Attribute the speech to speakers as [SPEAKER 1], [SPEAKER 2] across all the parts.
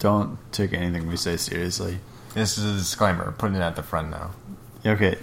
[SPEAKER 1] Don't take anything we say seriously.
[SPEAKER 2] This is a disclaimer. Putting it at the front now.
[SPEAKER 1] Okay.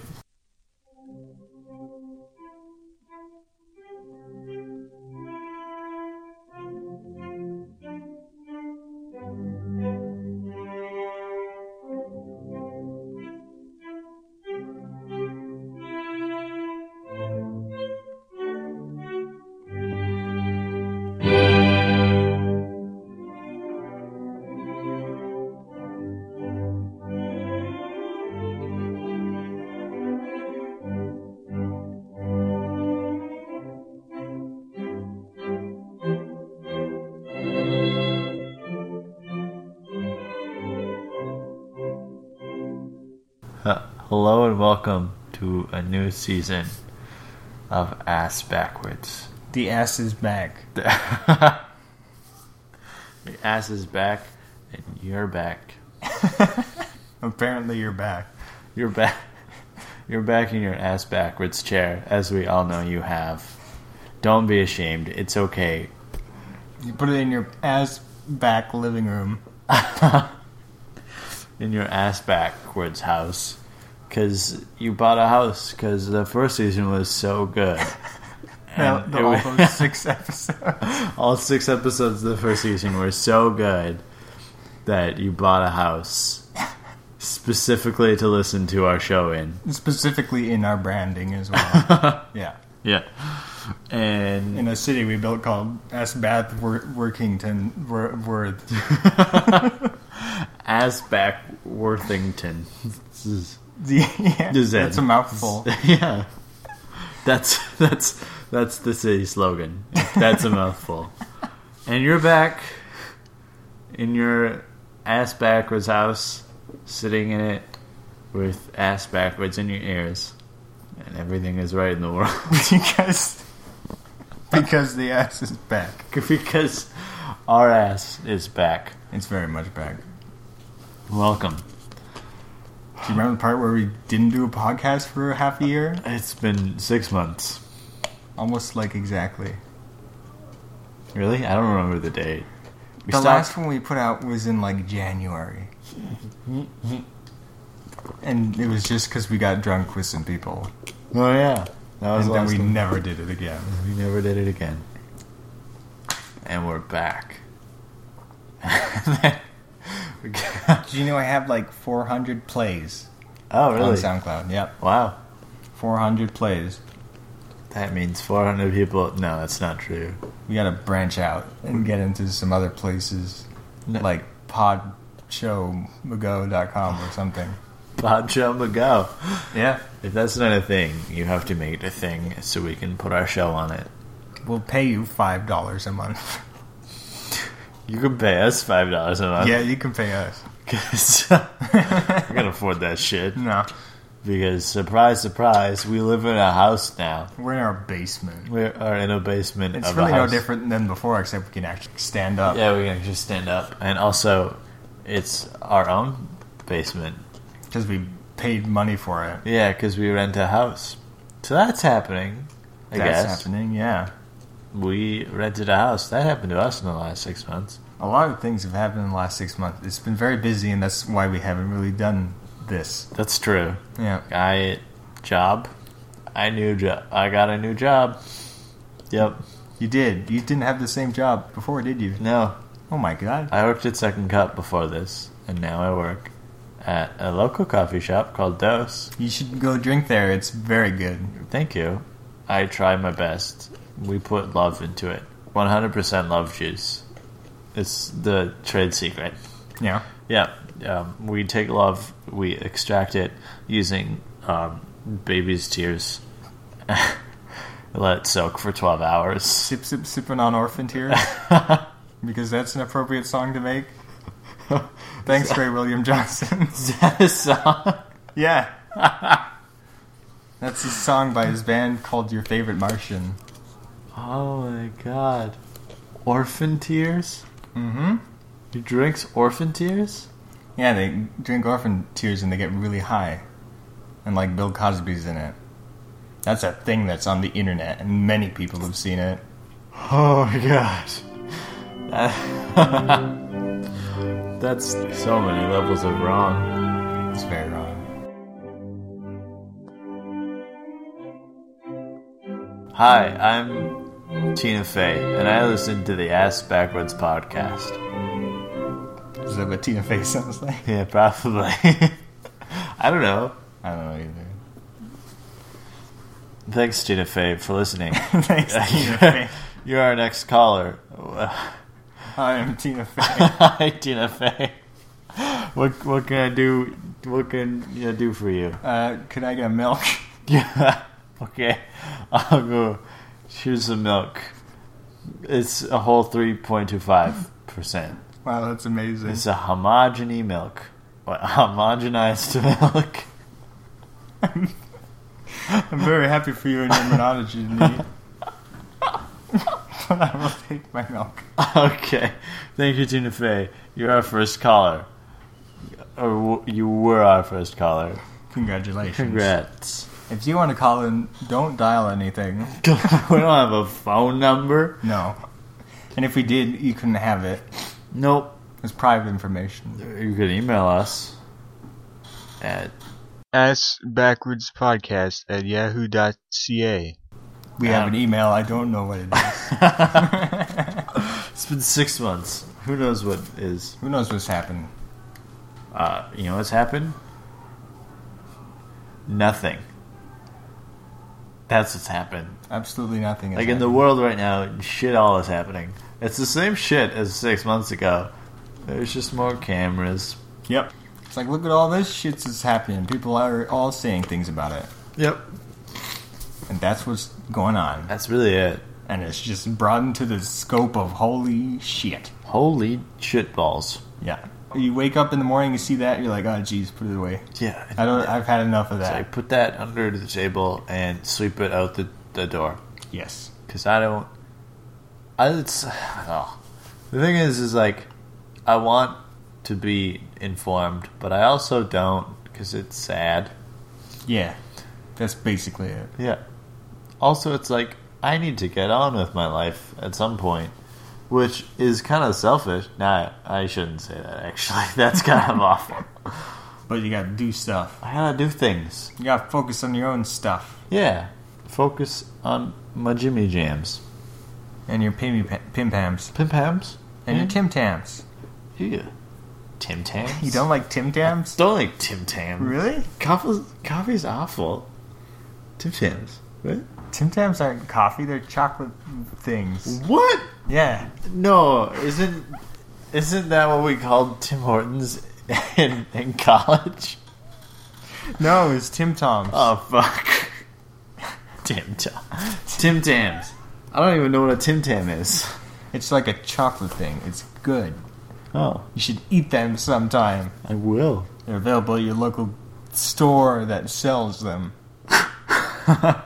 [SPEAKER 1] Uh, Hello and welcome to a new season of Ass Backwards.
[SPEAKER 3] The ass is back.
[SPEAKER 1] The ass is back, and you're back.
[SPEAKER 2] Apparently, you're back.
[SPEAKER 1] You're back. You're back in your ass backwards chair, as we all know you have. Don't be ashamed. It's okay.
[SPEAKER 2] You put it in your ass back living room.
[SPEAKER 1] in your ass backwards house because you bought a house because the first season was so good.
[SPEAKER 2] Now,
[SPEAKER 1] And
[SPEAKER 2] the
[SPEAKER 1] it
[SPEAKER 2] all
[SPEAKER 1] wa-
[SPEAKER 2] those six episodes.
[SPEAKER 1] all six episodes of the first season were so good that you bought a house specifically to listen to our show in.
[SPEAKER 2] Specifically in our branding as well. yeah.
[SPEAKER 1] Yeah. And
[SPEAKER 2] In a city we built called S. Bath Wor- Workington Wor- Worth.
[SPEAKER 1] as back Worthington. This is-
[SPEAKER 2] yeah.
[SPEAKER 1] Does that-
[SPEAKER 2] That's a mouthful.
[SPEAKER 1] yeah. That's that's that's the city slogan. That's a mouthful. And you're back in your ass backwards house, sitting in it with ass backwards in your ears, and everything is right in the world
[SPEAKER 2] because because the ass is back.
[SPEAKER 1] because our ass is back.
[SPEAKER 2] It's very much back.
[SPEAKER 1] Welcome.
[SPEAKER 2] Do you remember the part where we didn't do a podcast for half a year?
[SPEAKER 1] It's been six months.
[SPEAKER 2] Almost like exactly.
[SPEAKER 1] Really? I don't remember the date. We
[SPEAKER 2] the
[SPEAKER 1] stopped-
[SPEAKER 2] last one we put out was in like January. and it was just because we got drunk with some people.
[SPEAKER 1] Oh yeah, that was
[SPEAKER 2] And
[SPEAKER 1] the
[SPEAKER 2] then
[SPEAKER 1] last
[SPEAKER 2] we
[SPEAKER 1] one.
[SPEAKER 2] never did it again.
[SPEAKER 1] We never did it again. And we're back. Oh, We got-
[SPEAKER 2] Do you know I have like 400 plays
[SPEAKER 1] oh, really?
[SPEAKER 2] on SoundCloud? Yep.
[SPEAKER 1] Wow.
[SPEAKER 2] 400 plays.
[SPEAKER 1] That means 400 people. No, that's not true.
[SPEAKER 2] We got to branch out and get into some other places
[SPEAKER 1] No.
[SPEAKER 2] like podshowmago.com or something.
[SPEAKER 1] Podchum ago.
[SPEAKER 2] Yeah.
[SPEAKER 1] If that's not a thing, you have to make it a thing so we can put our show on it.
[SPEAKER 2] We'll pay you $5 a month.
[SPEAKER 1] You can pay us $5 a month.
[SPEAKER 2] yeah, you can pay us.
[SPEAKER 1] 'cause we can afford that shit.
[SPEAKER 2] No.
[SPEAKER 1] Because, surprise, surprise, we live in a house now.
[SPEAKER 2] We're in our basement.
[SPEAKER 1] We are in a basement
[SPEAKER 2] It's
[SPEAKER 1] of
[SPEAKER 2] really
[SPEAKER 1] a
[SPEAKER 2] no
[SPEAKER 1] house.
[SPEAKER 2] different than before, except we can actually stand up.
[SPEAKER 1] Yeah, we can just stand up. And also, it's our own basement.
[SPEAKER 2] because we paid money for it.
[SPEAKER 1] Yeah, because we rent a house. So that's happening, I
[SPEAKER 2] That's
[SPEAKER 1] guess.
[SPEAKER 2] happening. Yeah,
[SPEAKER 1] We rented a house. That happened to us in the last six months.
[SPEAKER 2] a lot of things have happened in the last six months. It's been very busy, and that's why we haven't really done this.
[SPEAKER 1] That's true.
[SPEAKER 2] Yeah,
[SPEAKER 1] I job. I knew jo- I got a new job. Yep.
[SPEAKER 2] you did. You didn't have the same job before, did you?
[SPEAKER 1] No,
[SPEAKER 2] Oh my god.
[SPEAKER 1] I worked at Second Cup before this, and now I work at a local coffee shop called Dose.
[SPEAKER 2] You should go drink there. It's very good.
[SPEAKER 1] Thank you. I try my best. We put love into it. 100% love juice. It's the trade secret.
[SPEAKER 2] Yeah.
[SPEAKER 1] Yeah. Um, we take love, we extract it using um, baby's tears. Let it soak for 12 hours.
[SPEAKER 2] Sip, sip, sipping on orphan tears because that's an appropriate song to make. Thanks, Ray William Johnson.
[SPEAKER 1] Is that a song?
[SPEAKER 2] yeah. That's a song by his band called Your Favorite Martian.
[SPEAKER 1] Oh my god. Orphan tears?
[SPEAKER 2] Mm-hmm.
[SPEAKER 1] He drinks orphan tears?
[SPEAKER 2] Yeah, they drink orphan tears and they get really high. And like Bill Cosby's in it. That's a thing that's on the internet and many people have seen it.
[SPEAKER 1] Oh my gosh. That's so many levels of wrong.
[SPEAKER 2] It's very wrong.
[SPEAKER 1] Hi, I'm Tina Fey, and I listen to the Ass Backwards podcast.
[SPEAKER 2] Is that what Tina Fey sounds like?
[SPEAKER 1] Yeah, probably. I don't know.
[SPEAKER 2] I don't know either.
[SPEAKER 1] Thanks, Tina Fey, for listening.
[SPEAKER 2] Thanks, Tina Fey.
[SPEAKER 1] You're our next caller.
[SPEAKER 2] I am Tina Fey.
[SPEAKER 1] Hi, Tina Fey. What what can I do? What can I do for you?
[SPEAKER 2] Uh, could I get milk?
[SPEAKER 1] Yeah. Okay. I'll go. Here's some milk. It's a whole three point two five percent.
[SPEAKER 2] Wow, that's amazing.
[SPEAKER 1] It's a homogeny milk. What, homogenized milk.
[SPEAKER 2] I'm very happy for you and your monology, Nate. but I will take my milk.
[SPEAKER 1] Okay. Thank you, Tina Fey. You're our first caller. Or w- you were our first caller.
[SPEAKER 2] Congratulations.
[SPEAKER 1] Congrats.
[SPEAKER 2] If you want to call in, don't dial anything.
[SPEAKER 1] we don't have a phone number.
[SPEAKER 2] No. And if we did, you couldn't have it.
[SPEAKER 1] Nope.
[SPEAKER 2] It's private information.
[SPEAKER 1] You could email us at
[SPEAKER 3] S backwards podcast at yahoo.ca.
[SPEAKER 2] We have an email. I don't know what it is.
[SPEAKER 1] It's been six months. Who knows what is?
[SPEAKER 2] Who knows what's happened?
[SPEAKER 1] Uh, you know what's happened? Nothing. That's what's happened.
[SPEAKER 2] Absolutely nothing. has
[SPEAKER 1] Like in the
[SPEAKER 2] happened.
[SPEAKER 1] world right now, shit all is happening. It's the same shit as six months ago. There's just more cameras.
[SPEAKER 2] Yep. It's like look at all this shit that's happening. People are all saying things about it,
[SPEAKER 1] Yep.
[SPEAKER 2] and that's what's going on.
[SPEAKER 1] That's really it.
[SPEAKER 2] And it's just broadened to the scope of holy shit.
[SPEAKER 1] Holy shit balls.
[SPEAKER 2] Yeah. You wake up in the morning, you see that, you're like, oh, geez, put it away.
[SPEAKER 1] Yeah.
[SPEAKER 2] I don't. I've had enough of
[SPEAKER 1] I
[SPEAKER 2] that.
[SPEAKER 1] put that under the table and sweep it out the, the door.
[SPEAKER 2] yes.
[SPEAKER 1] because I don't. I it's oh. the thing is is like I want to be informed, but I also don't because it's sad.
[SPEAKER 2] Yeah. That's basically it.
[SPEAKER 1] Yeah. Also, it's like I need to get on with my life at some point, which is kind of selfish. Nah, I shouldn't say that. Actually, that's kind of awful.
[SPEAKER 2] But you gotta do stuff.
[SPEAKER 1] I gotta do things.
[SPEAKER 2] You gotta focus on your own stuff
[SPEAKER 1] Yeah, focus on my Jimmy Jams,
[SPEAKER 2] and your pimmy pa- pim pams
[SPEAKER 1] Pim Pams,
[SPEAKER 2] and your tim tams.
[SPEAKER 1] yeah, Tim Tams.
[SPEAKER 2] You don't like tim tams?
[SPEAKER 1] don't like Tim Tams.
[SPEAKER 2] Really?
[SPEAKER 1] Coffee's, coffee's awful. Tim Tams. What?
[SPEAKER 2] Tim tams aren't coffee. They're chocolate things.
[SPEAKER 1] What?
[SPEAKER 2] Yeah.
[SPEAKER 1] No, isn't isn't that what we called Tim Hortons in in college?
[SPEAKER 2] No, it's tim tams.
[SPEAKER 1] Oh fuck. Tim Tam. Tim Tams. I don't even know what a Tim Tam is.
[SPEAKER 2] It's like a chocolate thing. It's good.
[SPEAKER 1] Oh,
[SPEAKER 2] You should eat them sometime.
[SPEAKER 1] I will.
[SPEAKER 2] They're available at your local store that sells them.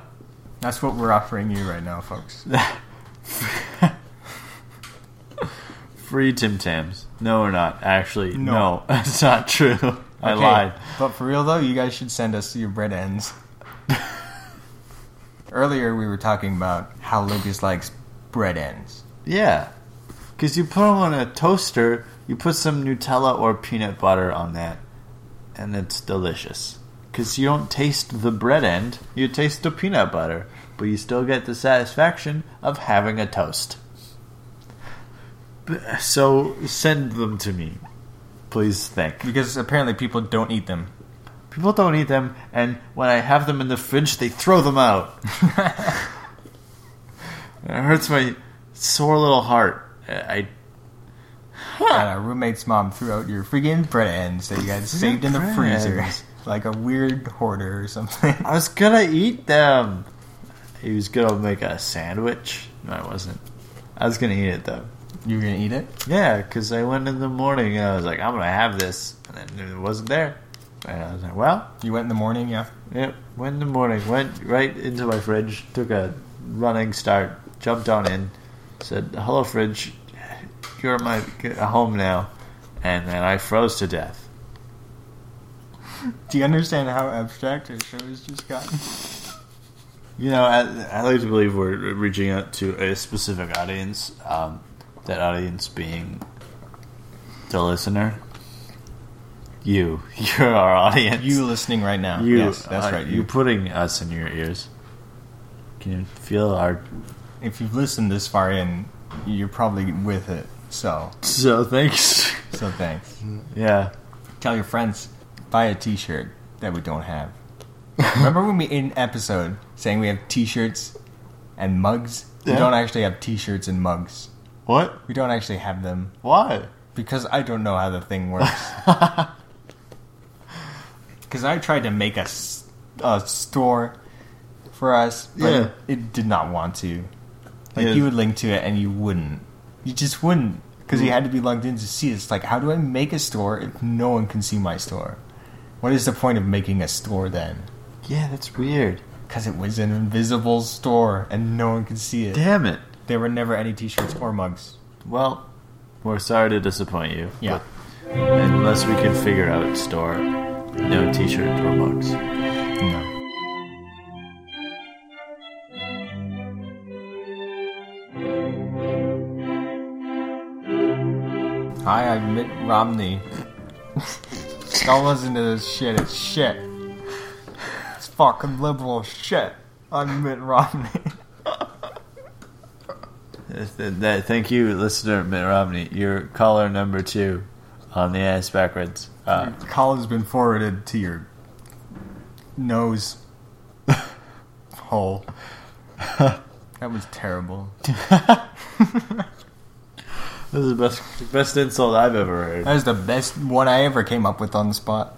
[SPEAKER 2] That's what we're offering you right now, folks.
[SPEAKER 1] Free Tim Tams. No, we're not. Actually, no,
[SPEAKER 2] No.
[SPEAKER 1] it's not true. I
[SPEAKER 2] Okay,
[SPEAKER 1] lied.
[SPEAKER 2] But for real though, you guys should send us your bread ends. Earlier, we were talking about how Lucas likes bread ends.
[SPEAKER 1] Yeah. Because you put them on a toaster, you put some Nutella or peanut butter on that, and it's delicious. Because you don't taste the bread end, you taste the peanut butter, but you still get the satisfaction of having a toast. B- So send them to me. Please, thank.
[SPEAKER 2] Because apparently, people don't eat them.
[SPEAKER 1] People don't eat them, and when I have them in the fridge, they throw them out. it hurts my sore little heart. I
[SPEAKER 2] And our roommate's mom threw out your friggin' bread ends that you had saved in the
[SPEAKER 1] bread
[SPEAKER 2] freezer.
[SPEAKER 1] ends.
[SPEAKER 2] Like a weird hoarder or something.
[SPEAKER 1] I was gonna eat them. He was gonna make a sandwich. No, I wasn't. I was gonna eat it though.
[SPEAKER 2] You're gonna eat it?
[SPEAKER 1] Yeah, because I went in the morning and I was like, I'm gonna have this, and then it wasn't there. And I was like, well,
[SPEAKER 2] You went in the morning, yeah?
[SPEAKER 1] yep. Went in the morning, went right into my fridge, took a running start, jumped on in, said, "Hello, fridge, you're at my home now," and then I froze to death.
[SPEAKER 2] Do you understand how abstract our show has just gotten?
[SPEAKER 1] You know, I, I like to believe we're reaching out to a specific audience. Um, that audience being the listener. You, you're our audience.
[SPEAKER 2] You listening right now?
[SPEAKER 1] You,
[SPEAKER 2] yes, that's
[SPEAKER 1] uh,
[SPEAKER 2] right.
[SPEAKER 1] You
[SPEAKER 2] You.
[SPEAKER 1] putting us in your ears. Can you feel our?
[SPEAKER 2] If you've listened this far in, you're probably with it. So,
[SPEAKER 1] So thanks.
[SPEAKER 2] so thanks.
[SPEAKER 1] yeah.
[SPEAKER 2] Tell your friends. Buy a T-shirt that we don't have. Remember when we made an episode saying we have T-shirts and mugs? We
[SPEAKER 1] Yeah.
[SPEAKER 2] don't actually have T-shirts and mugs.
[SPEAKER 1] What?
[SPEAKER 2] We don't actually have them
[SPEAKER 1] Why?
[SPEAKER 2] because I don't know how the thing works. Because I tried to make a, s- a store for us, but
[SPEAKER 1] Yeah.
[SPEAKER 2] it did not want to. Like
[SPEAKER 1] Yeah.
[SPEAKER 2] you would link to it, and you wouldn't. You just wouldn't because
[SPEAKER 1] Mm.
[SPEAKER 2] you had to be logged in to see. it. It's like, how do I make a store if no one can see my store? What is the point of making a store then?
[SPEAKER 1] Yeah, that's weird.
[SPEAKER 2] Because it was an invisible store and no one could see it.
[SPEAKER 1] Damn it.
[SPEAKER 2] There were never any T-shirts or mugs.
[SPEAKER 1] Well, we're sorry to disappoint you.
[SPEAKER 2] Yeah.
[SPEAKER 1] but Unless we can figure out store, no T-shirt or mugs.
[SPEAKER 2] No. Hi, I'm Mitt Romney. Don't listen to this shit. It's shit. It's fucking liberal shit. I'm Mitt Romney.
[SPEAKER 1] Th- th- Thank you, listener Mitt Romney. Your caller number two on the ass backwards. Uh,
[SPEAKER 2] Call has been forwarded to your nose hole. That was terrible.
[SPEAKER 1] this is the best best insult I've ever heard.
[SPEAKER 2] That was the best one I ever came up with on the spot.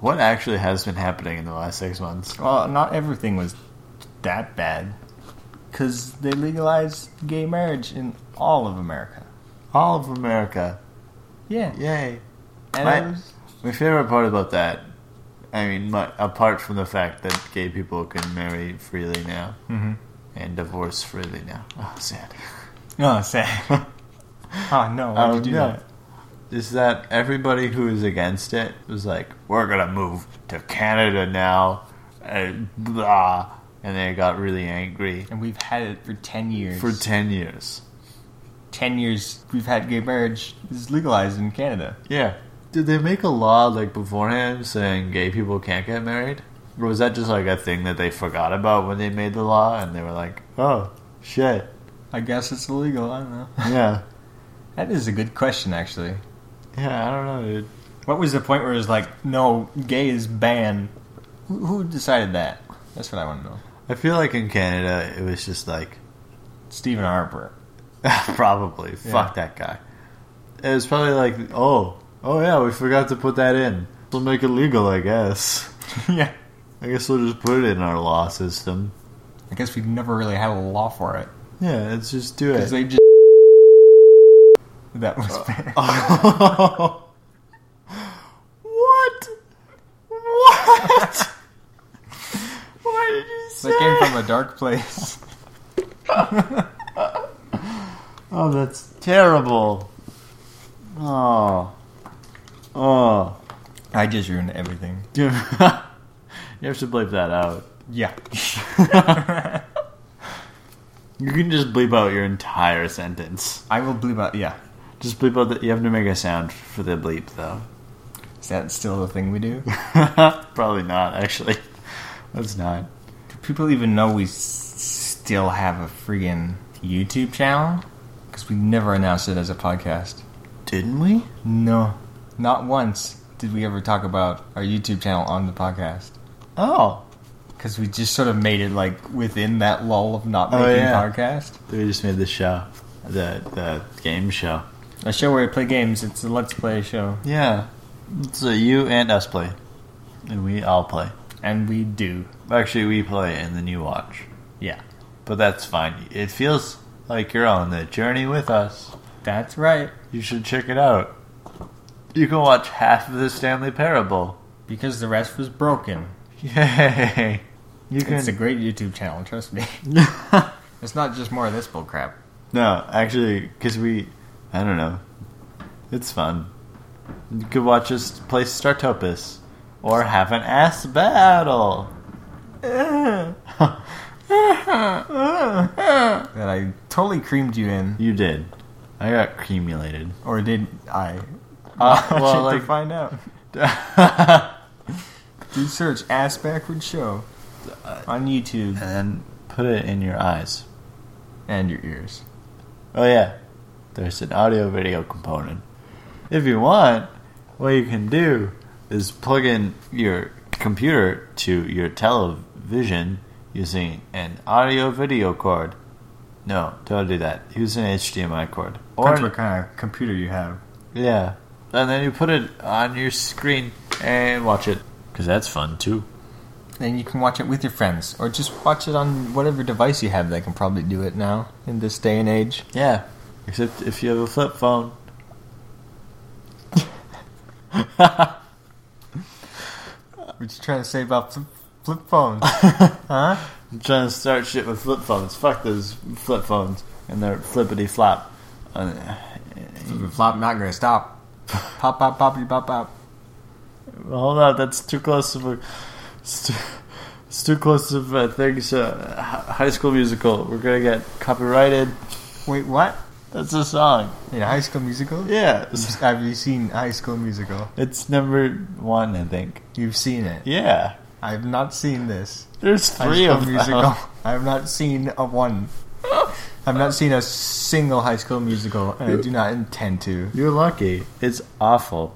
[SPEAKER 1] What actually has been happening in the last six months?
[SPEAKER 2] Well, Oh, not everything was that bad. Because they legalized gay marriage in all of America.
[SPEAKER 1] All of America.
[SPEAKER 2] Yeah.
[SPEAKER 1] Yay.
[SPEAKER 2] And
[SPEAKER 1] Right.
[SPEAKER 2] it was,
[SPEAKER 1] My favorite part about that, I mean, mu apart from the fact that gay people can marry freely now and divorce freely now. Oh, sad.
[SPEAKER 2] oh, sad. oh, no. Why'd
[SPEAKER 1] Oh,
[SPEAKER 2] you do
[SPEAKER 1] no.
[SPEAKER 2] that?
[SPEAKER 1] Is that everybody who is against it was like, we're going to move to Canada now, and blah. And they got really angry
[SPEAKER 2] And we've had it for 10 years.
[SPEAKER 1] for 10 years.
[SPEAKER 2] 10 years, we've had gay marriage is legalized in Canada.
[SPEAKER 1] Yeah. Did they make a law like beforehand saying gay people can't get married? Or was that just like a thing that they forgot about when they made the law and they were like, oh, shit.
[SPEAKER 2] I guess it's illegal. I don't know.
[SPEAKER 1] Yeah.
[SPEAKER 2] That is a good question, actually.
[SPEAKER 1] Yeah, I don't know, dude.
[SPEAKER 2] What was the point where it was like, no, gay is banned? Who, who decided that? That's what I want to know.
[SPEAKER 1] I feel like in Canada, it was just like,
[SPEAKER 2] Stephen Harper.
[SPEAKER 1] probably, fuck that guy. It was probably like, oh, oh yeah, we forgot to put that in. We'll make it legal, I guess.
[SPEAKER 2] yeah.
[SPEAKER 1] I guess we'll just put it in our law system.
[SPEAKER 2] I guess we'd never really had a law for it
[SPEAKER 1] Yeah, let's just do
[SPEAKER 2] because
[SPEAKER 1] it.
[SPEAKER 2] they just that was bad.
[SPEAKER 1] what? What? Why did you say?
[SPEAKER 2] They came from a dark place.
[SPEAKER 1] Oh, that's terrible. Oh. Oh.
[SPEAKER 2] I just ruined everything.
[SPEAKER 1] you have to bleep that out.
[SPEAKER 2] Yeah,
[SPEAKER 1] You can just bleep out your entire sentence.
[SPEAKER 2] I will bleep out. Yeah,
[SPEAKER 1] Just bleep out that you have to make a sound for the bleep, though.
[SPEAKER 2] is that still the thing we do?
[SPEAKER 1] Probably not, actually. That's not.
[SPEAKER 2] do people even know we s- still have a friggin' YouTube channel? Because we never announced it as a podcast.
[SPEAKER 1] Didn't we?
[SPEAKER 2] No, not once did we ever talk about our YouTube channel on the podcast.
[SPEAKER 1] Oh.
[SPEAKER 2] Because we just sort of made it like within that lull of not
[SPEAKER 1] Oh,
[SPEAKER 2] making
[SPEAKER 1] yeah.
[SPEAKER 2] podcast.
[SPEAKER 1] We just made the show, the the game show.
[SPEAKER 2] A show where we play games. It's a let's play show.
[SPEAKER 1] Yeah. So you and us play, and we all play.
[SPEAKER 2] And we do.
[SPEAKER 1] Actually, we play, and then you watch.
[SPEAKER 2] Yeah.
[SPEAKER 1] But that's fine. It feels like you're on the journey with us.
[SPEAKER 2] That's right.
[SPEAKER 1] You should check it out. You can watch half of the Stanley Parable.
[SPEAKER 2] Because the rest was broken.
[SPEAKER 1] Yay! You can.
[SPEAKER 2] It's a great YouTube channel, trust me. it's not just more of this bullcrap.
[SPEAKER 1] no, actually, because we, I don't know, it's fun. You could watch us play Startopus, or have an ass battle.
[SPEAKER 2] That I totally creamed you in.
[SPEAKER 1] You did. I got cremulated.
[SPEAKER 2] Or did I? Uh,
[SPEAKER 1] well,
[SPEAKER 2] well,
[SPEAKER 1] like-
[SPEAKER 2] to find out. Do search ass backward show on YouTube
[SPEAKER 1] and then put it in your eyes.
[SPEAKER 2] and your ears.
[SPEAKER 1] Oh yeah, there's an audio video component. If you want, what you can do is plug in your computer to your television using an audio video cord. No, don't do that. Use an HDMI cord.
[SPEAKER 2] Depends what kind of computer you have.
[SPEAKER 1] yeah, and then you put it on your screen and watch it because that's fun too.
[SPEAKER 2] Then you can watch it with your friends, or just watch it on whatever device you have. They can probably do it now in this day and age.
[SPEAKER 1] Yeah, except if you have a flip phone.
[SPEAKER 2] What you trying to say about flip, flip phones? huh?
[SPEAKER 1] I'm trying to start shit with flip phones. Fuck those flip phones and their flippity flop. Uh,
[SPEAKER 2] Flop, not gonna stop. Pop, pop, poppity, pop, pop.
[SPEAKER 1] hold on, that's too close of a. It's too, it's too close of a thing. So, uh, Hi- High School Musical. We're gonna get copyrighted.
[SPEAKER 2] Wait, what?
[SPEAKER 1] That's a song.
[SPEAKER 2] In High School Musical?
[SPEAKER 1] Yeah, it's-
[SPEAKER 2] Have you seen High School Musical?
[SPEAKER 1] it's number one, I think.
[SPEAKER 2] You've seen it.
[SPEAKER 1] Yeah,
[SPEAKER 2] I've not seen this.
[SPEAKER 1] there's
[SPEAKER 2] High
[SPEAKER 1] three
[SPEAKER 2] School
[SPEAKER 1] of them.
[SPEAKER 2] Musical. I've not seen a one. I've not seen a single High School Musical, and I do not intend to.
[SPEAKER 1] You're lucky. It's awful.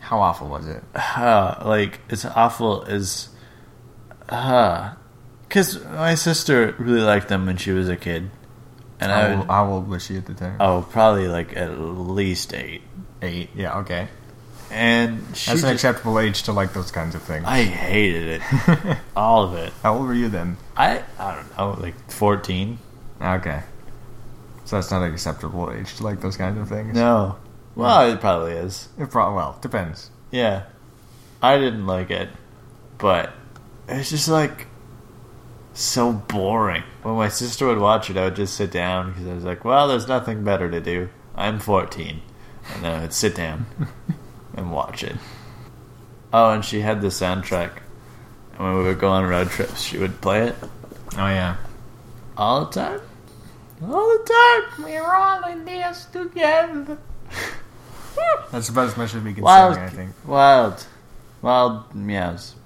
[SPEAKER 2] How awful was it?
[SPEAKER 1] uh, like it's awful is because my sister really liked them when she was a kid and
[SPEAKER 2] How,
[SPEAKER 1] i
[SPEAKER 2] old,
[SPEAKER 1] would,
[SPEAKER 2] how old was she at the time?
[SPEAKER 1] oh probably like at least eight
[SPEAKER 2] Eight. Yeah, okay.
[SPEAKER 1] and she
[SPEAKER 2] That's an
[SPEAKER 1] just-
[SPEAKER 2] acceptable age to like those kinds of things.
[SPEAKER 1] i hated it all of it
[SPEAKER 2] How old were you then?
[SPEAKER 1] i i don't know like 14
[SPEAKER 2] Okay. So that's not an acceptable age to like those kinds of things.
[SPEAKER 1] no well it probably is
[SPEAKER 2] It prob- well, depends.
[SPEAKER 1] yeah i didn't like it but it's just like so boring. When my sister would watch it, I would just sit down because I was like, "Well, there's nothing better to do. I'm 14," and then I would sit down and watch it. Oh, and she had the soundtrack, and when we would go on road trips, she would play it
[SPEAKER 2] Oh yeah.
[SPEAKER 1] all the time, all the time. We're all in this together.
[SPEAKER 2] That's about as much as we can
[SPEAKER 1] Wild,
[SPEAKER 2] say, I think.
[SPEAKER 1] wild, wild meows,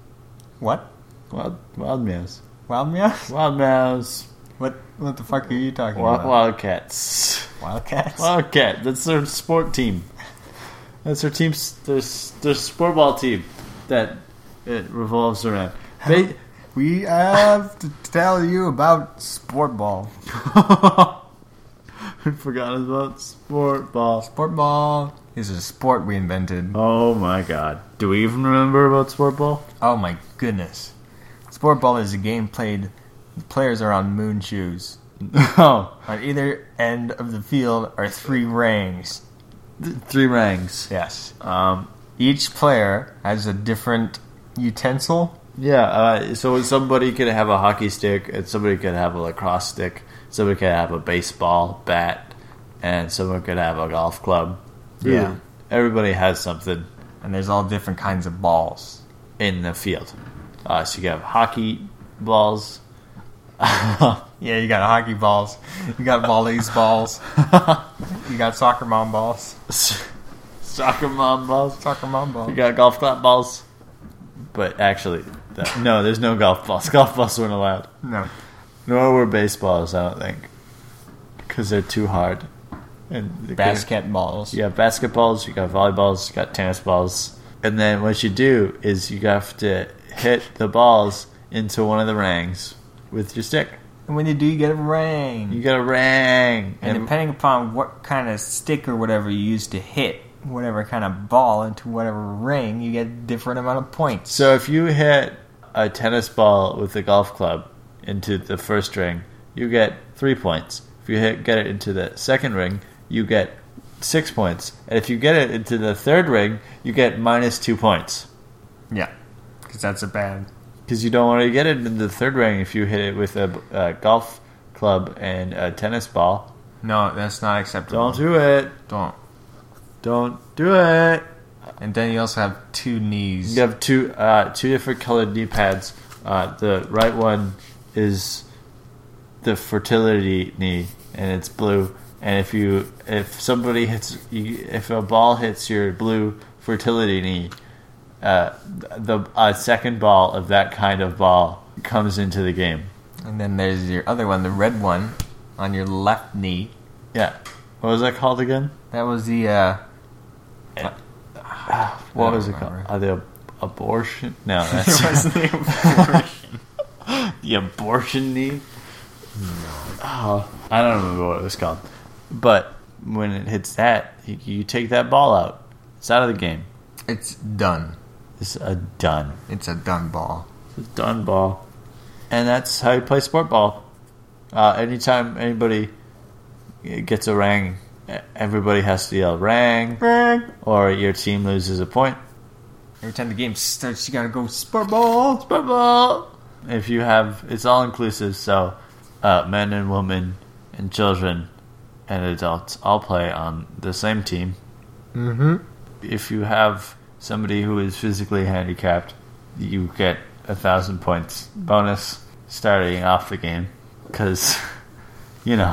[SPEAKER 2] What?
[SPEAKER 1] wild, wild meows,
[SPEAKER 2] Wild meows?
[SPEAKER 1] wild meows,
[SPEAKER 2] What what the fuck are you talking
[SPEAKER 1] wild,
[SPEAKER 2] about?
[SPEAKER 1] wildcats.
[SPEAKER 2] Wildcats?
[SPEAKER 1] Wildcat. That's their sport team. That's their team's their their sport ball team that it revolves around. They,
[SPEAKER 2] We have to tell you about sport ball.
[SPEAKER 1] I forgot about sport ball.
[SPEAKER 2] Sport ball is a sport we invented.
[SPEAKER 1] Oh my god! Do we even remember about sport ball?
[SPEAKER 2] Oh my goodness. Sport ball is a game played the players are on moon shoes.
[SPEAKER 1] oh,
[SPEAKER 2] On either end of the field are three rings.
[SPEAKER 1] th- three ranks.
[SPEAKER 2] Yes.
[SPEAKER 1] Um,
[SPEAKER 2] Each player has a different utensil.
[SPEAKER 1] yeah. Uh, so somebody could have a hockey stick, and somebody could have a lacrosse stick. Somebody could have a baseball bat, and someone could have a golf club.
[SPEAKER 2] Yeah.
[SPEAKER 1] Everybody has something.
[SPEAKER 2] and there's all different kinds of balls.
[SPEAKER 1] in the field. Uh, so you have hockey balls.
[SPEAKER 2] Yeah, you got hockey balls, you got volleys balls, you got soccer mom balls,
[SPEAKER 1] soccer mom balls.
[SPEAKER 2] soccer mom balls.
[SPEAKER 1] You got golf club balls. But actually, th- no, there's no golf balls. Golf balls weren't allowed.
[SPEAKER 2] No,
[SPEAKER 1] Nor were baseballs, I don't think. Because they're too hard. And they couldn't-
[SPEAKER 2] basket balls.
[SPEAKER 1] You got basketballs, you got volleyballs, you got tennis balls. And then what you do is you have to hit the balls into one of the rings with your stick.
[SPEAKER 2] And when you do, you get a ring.
[SPEAKER 1] You get a ring.
[SPEAKER 2] and depending upon what kind of stick or whatever you use to hit whatever kind of ball into whatever ring, you get a different amount of points.
[SPEAKER 1] So if you hit a tennis ball with a golf club into the first ring, you get three points. If you hit, get it into the second ring, you get six points. And if you get it into the third ring, you get minus two points.
[SPEAKER 2] Yeah, because that's a bad.
[SPEAKER 1] Because you don't want to get it into the third ring if you hit it with a uh, golf club and a tennis ball.
[SPEAKER 2] No, that's not acceptable.
[SPEAKER 1] Don't do it.
[SPEAKER 2] Don't.
[SPEAKER 1] Don't do it.
[SPEAKER 2] And then you also have two knees.
[SPEAKER 1] You have two uh, two different colored knee pads. Uh, the right one is the fertility knee, and it's blue, And if you if somebody hits you, if a ball hits your blue fertility knee, uh, the a second ball of that kind of ball comes into the game.
[SPEAKER 2] And then there's your other one, the red one, on your left knee.
[SPEAKER 1] Yeah. What was that called again?
[SPEAKER 2] That was the uh,
[SPEAKER 1] What
[SPEAKER 2] I don't
[SPEAKER 1] was it
[SPEAKER 2] remember.
[SPEAKER 1] called? Uh, the abortion? No, that's
[SPEAKER 4] the
[SPEAKER 1] the abortion knee. No. Oh, I don't remember what it was called. But when it hits that, you, you take that ball out. It's out of the game.
[SPEAKER 2] it's done.
[SPEAKER 1] It's a done.
[SPEAKER 2] It's a done ball.
[SPEAKER 1] It's a done ball. And that's how you play sport ball. Uh, anytime anybody gets a rang, e- everybody has to yell rang, or your team loses a point.
[SPEAKER 2] Every time the game starts, you gotta go sport ball.
[SPEAKER 1] Sport ball. If you have, it's all inclusive, so uh, men and women and children and adults all play on the same team. Mm-hmm. If you have somebody who is physically handicapped, you get a thousand points bonus starting off the game, because you know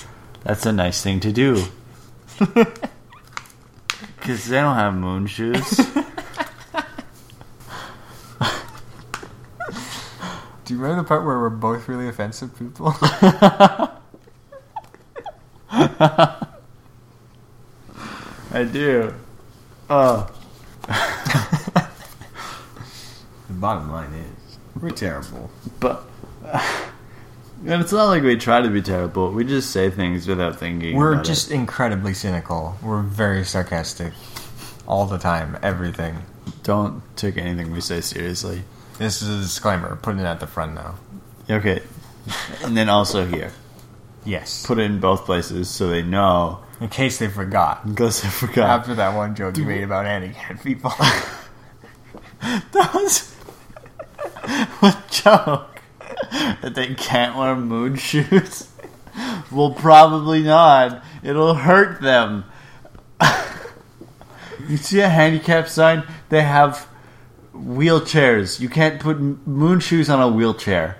[SPEAKER 1] that's a nice thing to do. Because they don't have moon shoes.
[SPEAKER 2] Do you remember the part where we're both really offensive people?
[SPEAKER 1] I do. Oh.
[SPEAKER 4] bottom line is, we're terrible.
[SPEAKER 1] But and it's not like we try to be terrible. We just say things without thinking.
[SPEAKER 4] We're
[SPEAKER 1] about
[SPEAKER 4] just
[SPEAKER 2] Incredibly cynical. We're very sarcastic, all the time, everything.
[SPEAKER 1] it. don't take anything we say seriously.
[SPEAKER 2] This is a disclaimer. Put it at the front now.
[SPEAKER 1] Okay, and then also here,
[SPEAKER 2] Yes.
[SPEAKER 1] put it in both places so they know.
[SPEAKER 2] In case they forgot.
[SPEAKER 1] In case I forgot.
[SPEAKER 2] After that one joke you made about handicapped people.
[SPEAKER 1] That was what joke that they can't wear moon shoes. well, probably not. It'll hurt them. you see a handicap sign? They have wheelchairs. You can't put m- moon shoes on a wheelchair.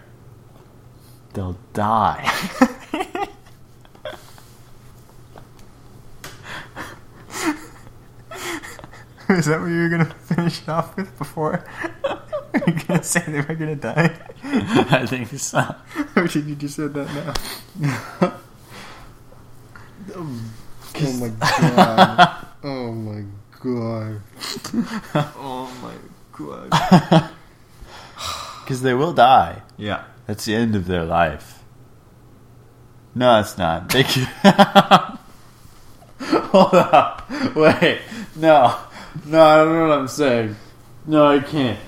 [SPEAKER 1] They'll die.
[SPEAKER 2] Is that what you were gonna finish off with before? Were you gonna say they were gonna die?
[SPEAKER 1] I think so.
[SPEAKER 2] Or did you just say that now?
[SPEAKER 5] Oh my god. oh my god.
[SPEAKER 2] Oh my god.
[SPEAKER 1] Because they will die.
[SPEAKER 4] yeah.
[SPEAKER 1] That's the end of their life. No, it's not. They can- Hold up. Wait. No. No, I don't know what I'm saying. No, I can't.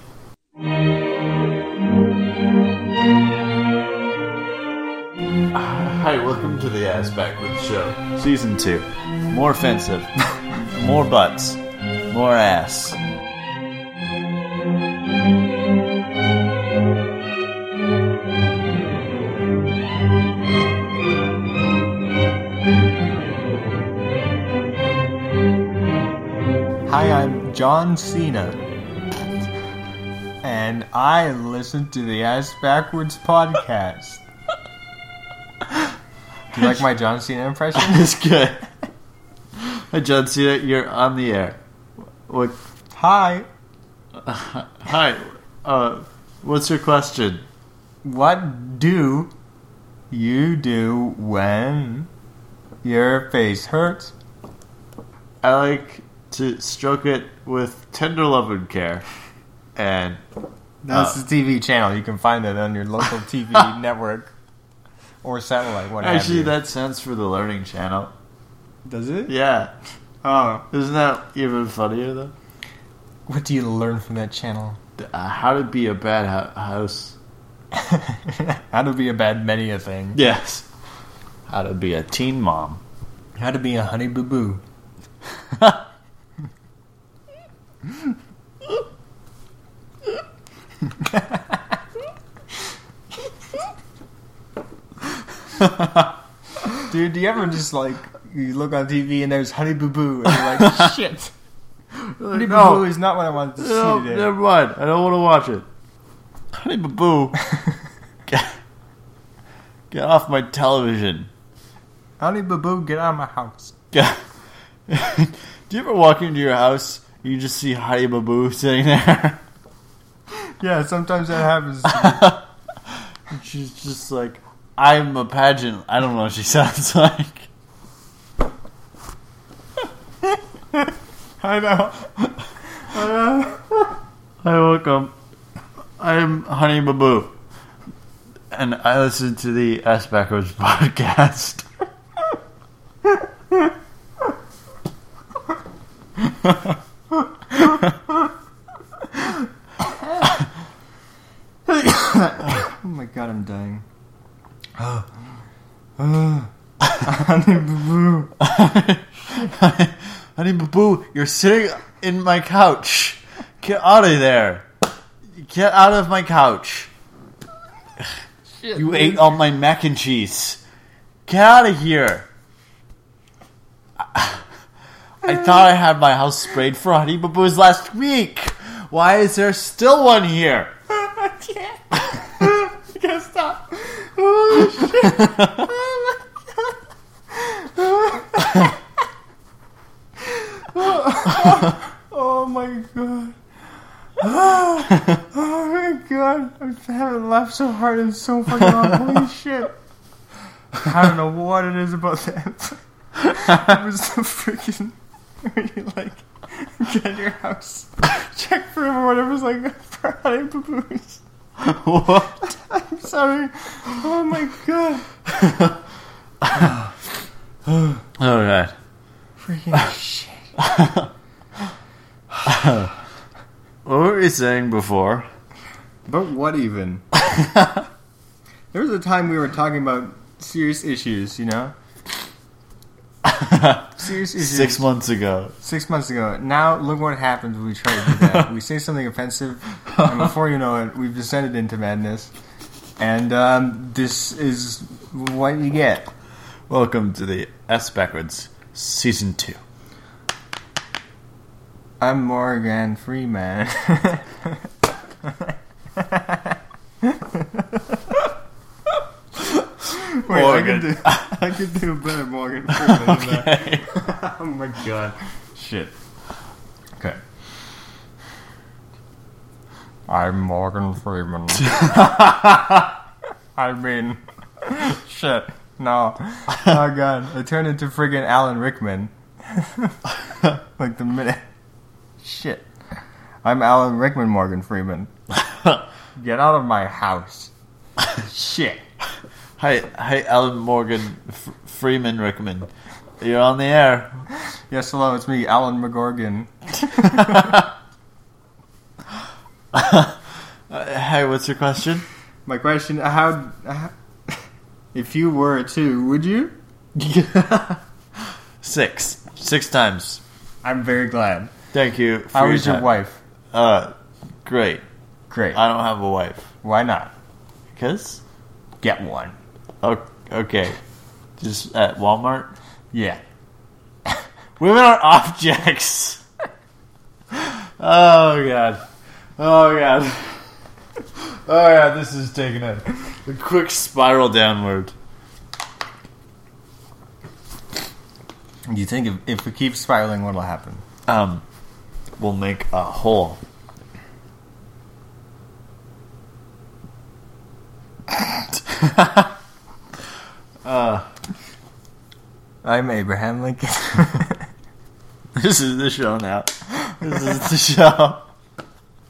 [SPEAKER 1] Hi, welcome to the Ass Backwards Show. Season 2. More offensive. More butts. More ass.
[SPEAKER 2] Hi, I'm John Cena. And I listen to the Ass Backwards podcast. Do you like my John Cena impression?
[SPEAKER 1] That's good. Hi, John Cena. You're on the air. What
[SPEAKER 2] Hi.
[SPEAKER 1] Hi, uh, what's your question?
[SPEAKER 2] What do you do when your face hurts?
[SPEAKER 1] I like to stroke it with tender love and care. And
[SPEAKER 2] That's
[SPEAKER 1] Uh.
[SPEAKER 2] the TV channel. You can find it on your local TV network or satellite, what have
[SPEAKER 1] actually,
[SPEAKER 2] you.
[SPEAKER 1] that stands for the Learning Channel.
[SPEAKER 2] Does it?
[SPEAKER 1] Yeah.
[SPEAKER 2] Oh.
[SPEAKER 1] Isn't that even funnier, though?
[SPEAKER 2] What do you learn from that channel?
[SPEAKER 1] The- Uh, how to be a bad ho- house.
[SPEAKER 2] How to be a bad many a thing.
[SPEAKER 1] Yes. How to be a teen mom.
[SPEAKER 2] How to be a honey boo boo. Dude, do you ever just like you look on TV and there's honey boo boo and you're like, shit, honey boo boo
[SPEAKER 1] No,
[SPEAKER 2] is not what I wanted to
[SPEAKER 1] no,
[SPEAKER 2] see today.
[SPEAKER 1] never mind. I don't want to watch it. Honey Boo Boo. get, get off my television.
[SPEAKER 2] Honey Boo Boo, get out of my house.
[SPEAKER 1] Yeah. Do you ever walk into your house and you just see Hottie Baboo sitting there?
[SPEAKER 2] Yeah, sometimes that happens. to
[SPEAKER 1] And She's just like, I'm a pageant. I don't know what she sounds like. I know. I woke up. I'm Honey Baboo. And I listened to the Ass Backwards podcast.
[SPEAKER 2] Oh my god, I'm dying. Honey Boo Boo.
[SPEAKER 1] Honey Baboo, you're sitting in my couch. Get out of there. Get out of my couch. you ate all my mac and cheese. Get out of here. I thought I had my house sprayed for Honey Baboo's last week. Why is there still one here?
[SPEAKER 2] Oh my god. oh my god. I haven't laughed so hard in so fucking long. Holy shit. I don't know what it is about that. it was the freaking. When you like get in your house, check for whatever's like for honey boo boos.
[SPEAKER 1] What?
[SPEAKER 2] I'm sorry. Oh my god.
[SPEAKER 1] All right.
[SPEAKER 2] Freaking shit.
[SPEAKER 1] What were we saying before?
[SPEAKER 2] But what even? there was a time we were talking about serious issues, you know? serious issues.
[SPEAKER 1] Six months ago.
[SPEAKER 2] Six months ago. Now, look what happens when we try to do that. we say something offensive, and before you know it, we've descended into madness. And um, this is what you get.
[SPEAKER 1] Welcome to the S Backwards Season 2.
[SPEAKER 2] I'm Morgan Freeman. Wait,
[SPEAKER 1] Morgan.
[SPEAKER 2] I can do, I can do better Morgan Freeman. than that. oh my god. Shit. Okay. I'm Morgan Freeman. I mean, shit. No. Oh god. I turned into friggin' Alan Rickman. like the minute. Shit. I'm Alan Rickman Morgan Freeman. Get out of my house. Shit.
[SPEAKER 1] Hi, hi, Alan Morgan F- Freeman Rickman. You're on the air.
[SPEAKER 2] Yes, hello, it's me, Alan McGorgan.
[SPEAKER 1] Uh, hey, what's your question?
[SPEAKER 2] My question: uh, How, if you were to, would you?
[SPEAKER 1] Six, six times.
[SPEAKER 2] I'm very glad.
[SPEAKER 1] Thank you. For
[SPEAKER 2] How is your
[SPEAKER 1] time.
[SPEAKER 2] wife?
[SPEAKER 1] Uh, great.
[SPEAKER 2] Great.
[SPEAKER 1] I don't have a wife.
[SPEAKER 2] Why not
[SPEAKER 1] Cause
[SPEAKER 2] get one?
[SPEAKER 1] o- okay, just at Walmart.
[SPEAKER 2] Yeah.
[SPEAKER 1] Women are objects. oh god. Oh god. Oh yeah, this is taking a, a quick spiral downward.
[SPEAKER 2] You think if, if we keep spiraling, what'll happen?
[SPEAKER 1] Um, we'll make a hole.
[SPEAKER 2] I'm Abraham Lincoln.
[SPEAKER 1] This is the show now. This is the show.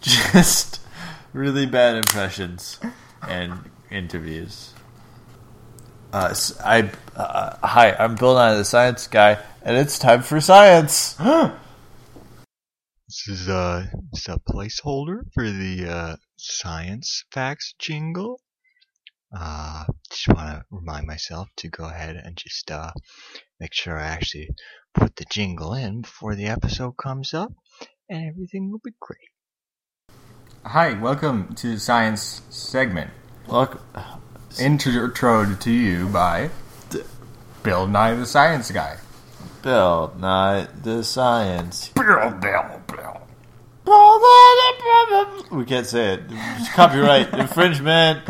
[SPEAKER 1] Just really bad impressions and interviews. Uh, s- I uh, hi, I'm Bill Nye the Science Guy, and it's time for science.
[SPEAKER 3] This is uh, it's a placeholder for the uh, science facts jingle. Uh, just want to remind myself to go ahead and just uh, make sure I actually put the jingle in before the episode comes up, and everything will be great.
[SPEAKER 2] Hi, welcome to the science segment.
[SPEAKER 1] Look,
[SPEAKER 2] Introed to you by Bill Nye the Science Guy.
[SPEAKER 1] Bill Nye the Science.
[SPEAKER 2] Bill, Bill, Bill.
[SPEAKER 1] We can't say it. It's copyright infringement.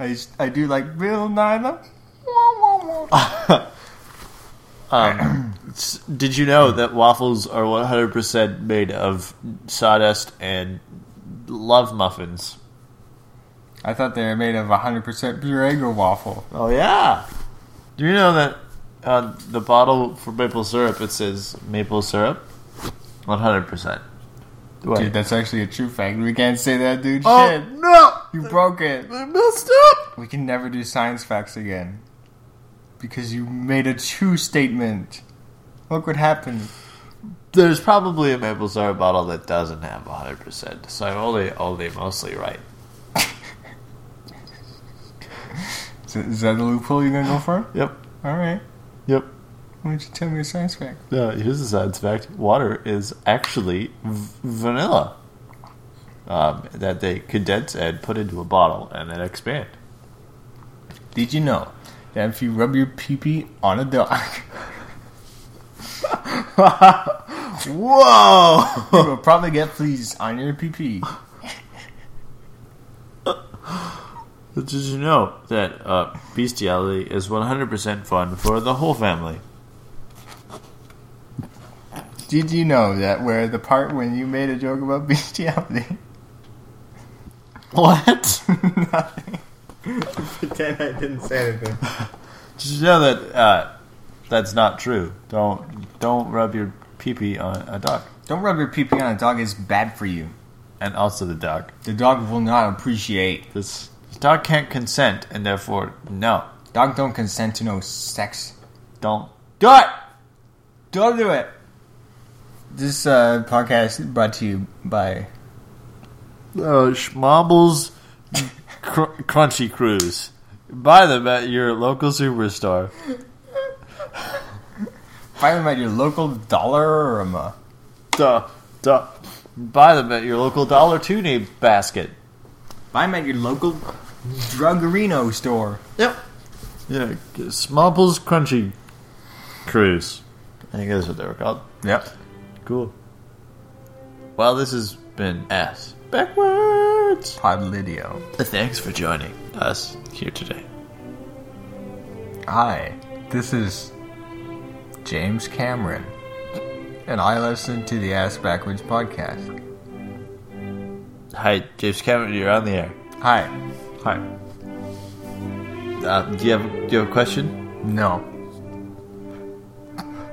[SPEAKER 2] I, s- I do like Bill Nye the.
[SPEAKER 1] Um, s- did you know that waffles are 100% made of sawdust and love muffins?
[SPEAKER 2] I thought they were made of 100% Borrego waffle.
[SPEAKER 1] Oh, yeah. Do you know that on the bottle for maple syrup it says maple syrup? 100%. Wait.
[SPEAKER 2] Dude, that's actually a true fact. We can't say that, dude.
[SPEAKER 1] oh,
[SPEAKER 2] Shit.
[SPEAKER 1] no!
[SPEAKER 2] You broke it.
[SPEAKER 1] I messed up!
[SPEAKER 2] We can never do science facts again. Because you made a true statement. Look what happened.
[SPEAKER 1] There's probably a maple syrup bottle that doesn't have 100%, so I'm only, only mostly right.
[SPEAKER 2] Is, is that the loophole you're gonna go for?
[SPEAKER 1] Yep.
[SPEAKER 2] Alright.
[SPEAKER 1] Yep.
[SPEAKER 2] Why don't you tell me a science fact?
[SPEAKER 1] Uh, here's a science fact: water is actually v- vanilla um, that they condense and put into a bottle and then expand.
[SPEAKER 2] Did you know that if you rub your pee pee on a dog,
[SPEAKER 1] Whoa!
[SPEAKER 2] you will probably get fleas on your pee pee?
[SPEAKER 1] Did you know that uh, bestiality is 100% fun for the whole family?
[SPEAKER 2] Did you know that where the part when you made a joke about bestiality?
[SPEAKER 1] What?
[SPEAKER 2] Nothing.
[SPEAKER 6] Pretend I didn't say anything.
[SPEAKER 1] Did you know that uh, that's not true? Don't don't rub your pee pee on a dog,
[SPEAKER 2] Don't rub your pee pee on a dog, it's bad for you.
[SPEAKER 1] and also the dog.
[SPEAKER 2] The dog will not appreciate.
[SPEAKER 1] This dog can't consent, and therefore no,
[SPEAKER 2] Dog don't consent to no sex.
[SPEAKER 1] don't do it.
[SPEAKER 2] Don't do it. This uh, podcast is brought to you by
[SPEAKER 1] uh, Schmobbles cr- Crunchy Cruise. Buy them at your local superstore.
[SPEAKER 2] find them at your local um, uh, Dollarama.
[SPEAKER 1] Duh, duh. Buy them at your local Dollar Tune basket.
[SPEAKER 2] Buy them at your local Druggerino store.
[SPEAKER 1] Yep. Yeah, Schmobbles Crunchy Cruise. I think that's what they were called.
[SPEAKER 2] Yep.
[SPEAKER 1] Cool. Well, this has been S. Backwards!
[SPEAKER 2] Podlidio.
[SPEAKER 1] Thanks for joining us here today.
[SPEAKER 2] Hi, this is James Cameron, and I listen to the Ass Backwards podcast.
[SPEAKER 1] Hi, James Cameron, you're on the air.
[SPEAKER 2] Hi.
[SPEAKER 1] Hi. Uh, do you have do you have a question?
[SPEAKER 2] No.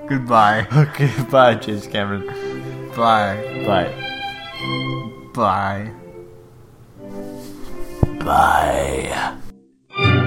[SPEAKER 2] Goodbye.
[SPEAKER 1] Okay, bye, James Cameron.
[SPEAKER 2] Bye.
[SPEAKER 1] Bye.
[SPEAKER 2] Bye.
[SPEAKER 1] Bye.